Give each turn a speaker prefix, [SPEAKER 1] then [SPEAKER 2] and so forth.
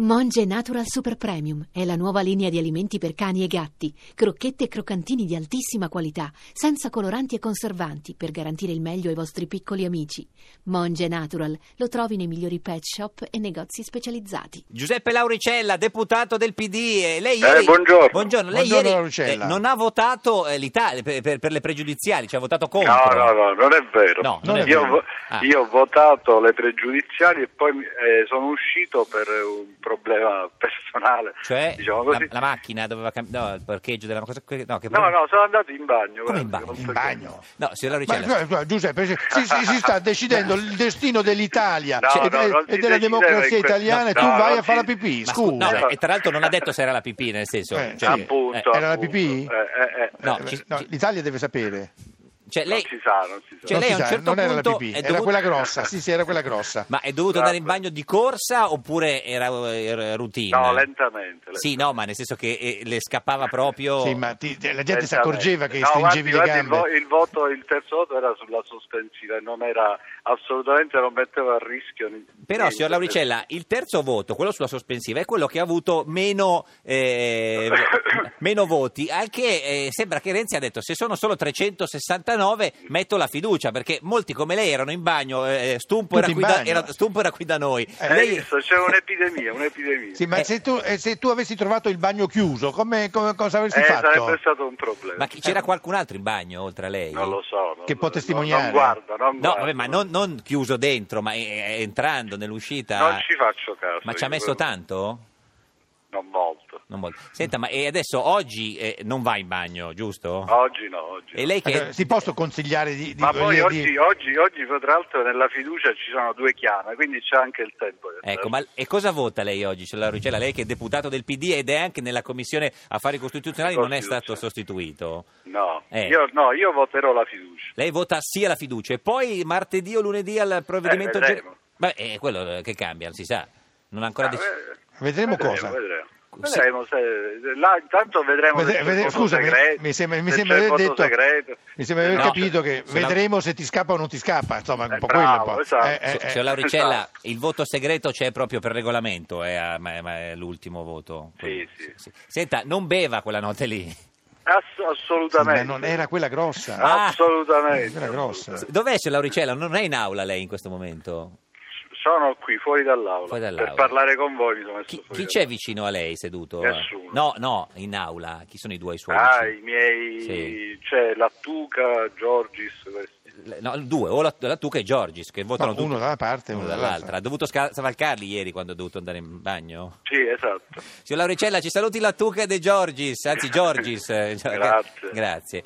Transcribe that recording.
[SPEAKER 1] Monge Natural Super Premium è la nuova linea di alimenti per cani e gatti, crocchette e croccantini di altissima qualità, senza coloranti e conservanti, per garantire il meglio ai vostri piccoli amici. Monge Natural lo trovi nei migliori pet shop e negozi specializzati.
[SPEAKER 2] Giuseppe Lauricella, deputato del PD, eh, lei
[SPEAKER 3] Eh,
[SPEAKER 2] ieri,
[SPEAKER 3] buongiorno.
[SPEAKER 2] Buongiorno, lei
[SPEAKER 4] Buongiorno,
[SPEAKER 2] ieri,
[SPEAKER 4] Lauricella.
[SPEAKER 2] eh, non ha votato eh, l'Italia per, per- per le pregiudiziali, ci ha votato contro.
[SPEAKER 3] No, no, no, non è vero.
[SPEAKER 2] No, non
[SPEAKER 4] è
[SPEAKER 3] io,
[SPEAKER 4] vero.
[SPEAKER 3] ho-
[SPEAKER 2] Ah.
[SPEAKER 3] io ho votato le pregiudiziali e poi mi- eh, sono uscito per un problema personale.
[SPEAKER 2] Cioè
[SPEAKER 3] diciamo
[SPEAKER 2] la,
[SPEAKER 3] così.
[SPEAKER 2] la macchina doveva cambiare, no, il parcheggio della cosa que- no, che
[SPEAKER 3] No, no, sono andato in bagno.
[SPEAKER 2] Come in
[SPEAKER 3] guarda,
[SPEAKER 2] bagno?
[SPEAKER 3] non so
[SPEAKER 4] in
[SPEAKER 3] che-
[SPEAKER 4] bagno.
[SPEAKER 2] No, signor
[SPEAKER 4] Ma,
[SPEAKER 2] Lauricella.
[SPEAKER 4] guarda, guarda, Giuseppe, si, si- si sta decidendo il destino dell'Italia
[SPEAKER 3] No,
[SPEAKER 4] e,
[SPEAKER 3] no,
[SPEAKER 4] e-
[SPEAKER 3] non si
[SPEAKER 4] e della
[SPEAKER 3] decideva
[SPEAKER 4] democrazia
[SPEAKER 3] in que-
[SPEAKER 4] italiana e
[SPEAKER 3] no,
[SPEAKER 4] tu
[SPEAKER 3] no,
[SPEAKER 4] vai
[SPEAKER 3] non
[SPEAKER 4] a fare la
[SPEAKER 3] si-
[SPEAKER 4] pipì,
[SPEAKER 2] Ma scu-
[SPEAKER 4] scusa.
[SPEAKER 2] no, e tra l'altro non ha detto se era la pipì, nel senso.
[SPEAKER 4] Eh,
[SPEAKER 2] cioè,
[SPEAKER 3] Appunto.
[SPEAKER 2] eh,
[SPEAKER 4] Era la
[SPEAKER 3] appunto.
[SPEAKER 4] pipì?
[SPEAKER 3] Eh, eh, eh.
[SPEAKER 2] No,
[SPEAKER 4] Eh,
[SPEAKER 2] ci-
[SPEAKER 4] no,
[SPEAKER 2] ci-
[SPEAKER 4] l'Italia deve sapere.
[SPEAKER 2] cioè, lei,
[SPEAKER 3] Non si sa, non si sa.
[SPEAKER 2] Cioè,
[SPEAKER 4] non,
[SPEAKER 2] lei
[SPEAKER 4] si
[SPEAKER 2] a un
[SPEAKER 4] sa,
[SPEAKER 2] certo
[SPEAKER 4] non era la
[SPEAKER 2] punto
[SPEAKER 4] pipì,
[SPEAKER 2] è
[SPEAKER 4] era
[SPEAKER 2] dovuto-
[SPEAKER 4] quella grossa. Sì, sì, era quella grossa.
[SPEAKER 2] ma è dovuto andare in bagno di corsa oppure era eh, routine?
[SPEAKER 3] Esatto. No, lentamente.
[SPEAKER 2] Sì,
[SPEAKER 3] lentamente.
[SPEAKER 2] no, ma nel senso che eh, le scappava proprio.
[SPEAKER 4] Sì, ma ti- la gente si
[SPEAKER 3] Lentamente.
[SPEAKER 4] accorgeva che
[SPEAKER 3] No, guardi,
[SPEAKER 4] stringevi le
[SPEAKER 3] guardi,
[SPEAKER 4] gambe.
[SPEAKER 3] Il, vo- il voto, il terzo voto era sulla sospensiva e non era assolutamente, non metteva a rischio. ni-
[SPEAKER 2] Però,
[SPEAKER 3] niente.
[SPEAKER 2] signor Lauricella, il terzo voto, quello sulla sospensiva, è quello che ha avuto meno, eh, meno voti, al che eh, sembra che Renzi ha detto se sono solo 369 metto la fiducia, perché molti come lei erano in bagno, eh, Stumpo, era
[SPEAKER 4] Tutti in
[SPEAKER 2] qui, da,
[SPEAKER 4] bagno.
[SPEAKER 2] era- Stumpo era qui da noi.
[SPEAKER 3] Eh, hai visto? c'è un'epidemia, un'epidemia.
[SPEAKER 4] Sì, ma
[SPEAKER 2] Eh.
[SPEAKER 4] se, tu, eh, se tu avessi trovato il bagno chiuso, come, come- cosa avresti
[SPEAKER 3] Eh,
[SPEAKER 4] fatto?
[SPEAKER 3] sarebbe stato un problema.
[SPEAKER 2] Ma chi- c'era qualcun altro in bagno oltre a lei?
[SPEAKER 3] Non lo so. non-
[SPEAKER 4] Che può
[SPEAKER 3] no,
[SPEAKER 4] testimoniare.
[SPEAKER 3] Non guardo, non
[SPEAKER 2] No,
[SPEAKER 3] guardo.
[SPEAKER 2] vabbè, ma non, non chiuso dentro, ma eh, entrando nell'uscita.
[SPEAKER 3] Non ci faccio caso.
[SPEAKER 2] Ma ci ha
[SPEAKER 3] io,
[SPEAKER 2] messo
[SPEAKER 3] quello-
[SPEAKER 2] tanto?
[SPEAKER 3] Non molto.
[SPEAKER 2] Non molto. Senta, ma e adesso oggi eh, non va in bagno, giusto?
[SPEAKER 3] Oggi no, oggi.
[SPEAKER 2] E
[SPEAKER 3] no.
[SPEAKER 2] lei che...
[SPEAKER 4] Eh, Ti posso consigliare di... di
[SPEAKER 3] Ma poi
[SPEAKER 4] di-
[SPEAKER 3] oggi, oggi, oggi, tra l'altro, nella fiducia ci sono due chiame, quindi c'è anche il tempo.
[SPEAKER 2] Ecco, ma e cosa vota lei oggi, signora Ricella? Lei che è deputato del PD ed è anche nella Commissione Affari Costituzionali, non è stato sostituito.
[SPEAKER 3] No,
[SPEAKER 2] Eh.
[SPEAKER 3] io, no, io voterò la fiducia.
[SPEAKER 2] Lei vota sì alla fiducia e poi martedì o lunedì al provvedimento...
[SPEAKER 3] Eh, vedremo.
[SPEAKER 2] Beh, è quello eh, che cambia, non si sa. Non ha ancora
[SPEAKER 3] Ah,
[SPEAKER 2] deciso.
[SPEAKER 3] eh,
[SPEAKER 4] Vedremo cosa.
[SPEAKER 3] Vedremo.
[SPEAKER 2] Sì.
[SPEAKER 3] Vedremo se- là, intanto vedremo
[SPEAKER 4] Vede-
[SPEAKER 3] se c'è
[SPEAKER 4] vede-
[SPEAKER 3] il voto
[SPEAKER 4] scusami,
[SPEAKER 3] segreto,
[SPEAKER 4] mi sembra, mi
[SPEAKER 3] se
[SPEAKER 4] sembra
[SPEAKER 3] c'è il
[SPEAKER 4] aver
[SPEAKER 3] voto
[SPEAKER 4] detto,
[SPEAKER 3] segreto.
[SPEAKER 4] mi sembra aver
[SPEAKER 2] No.
[SPEAKER 4] capito che
[SPEAKER 2] Se la-
[SPEAKER 4] vedremo se ti scappa o non ti scappa, insomma, un
[SPEAKER 3] Eh,
[SPEAKER 4] po'
[SPEAKER 3] bravo,
[SPEAKER 4] quello. Un po'.
[SPEAKER 3] esatto.
[SPEAKER 4] Eh, eh,
[SPEAKER 2] Signor
[SPEAKER 3] eh,
[SPEAKER 2] Lauricella,
[SPEAKER 3] esatto.
[SPEAKER 2] il voto segreto c'è proprio per regolamento, eh, ah, ma- ma è l'ultimo voto.
[SPEAKER 3] Sì, sì.
[SPEAKER 2] Senta, non beva quella notte lì.
[SPEAKER 3] Ass-
[SPEAKER 4] sì, ma
[SPEAKER 3] assolutamente.
[SPEAKER 4] non era quella grossa.
[SPEAKER 2] Ah.
[SPEAKER 3] Assolutamente.
[SPEAKER 4] Era grossa.
[SPEAKER 2] Dov'è c'è Lauricella? Non è in aula lei in questo momento?
[SPEAKER 3] Sono qui fuori dall'aula,
[SPEAKER 2] Fuori dall'aula.
[SPEAKER 3] per parlare con voi. Mi sono messo
[SPEAKER 2] Chi,
[SPEAKER 3] fuori
[SPEAKER 2] chi c'è vicino a lei seduto?
[SPEAKER 3] Nessuno.
[SPEAKER 2] No, no, in aula. Chi sono i due suoi?
[SPEAKER 3] dall'aula. Ah, i
[SPEAKER 2] vicini?
[SPEAKER 3] miei...
[SPEAKER 2] Sì.
[SPEAKER 3] C'è Lattuca, Giorgis, questi.
[SPEAKER 2] Le- No, due, o la, la Tuca e Giorgis, che votano
[SPEAKER 4] No, uno
[SPEAKER 2] tutti-
[SPEAKER 4] da una parte e uno dall'altra.
[SPEAKER 2] Ha dovuto sca- scavalcarli ieri quando ha dovuto andare in bagno?
[SPEAKER 3] Sì, esatto.
[SPEAKER 2] Signor Lauricella, ci saluti la Tuca e De Giorgis, anzi Giorgis. eh,
[SPEAKER 3] Grazie.
[SPEAKER 2] Grazie.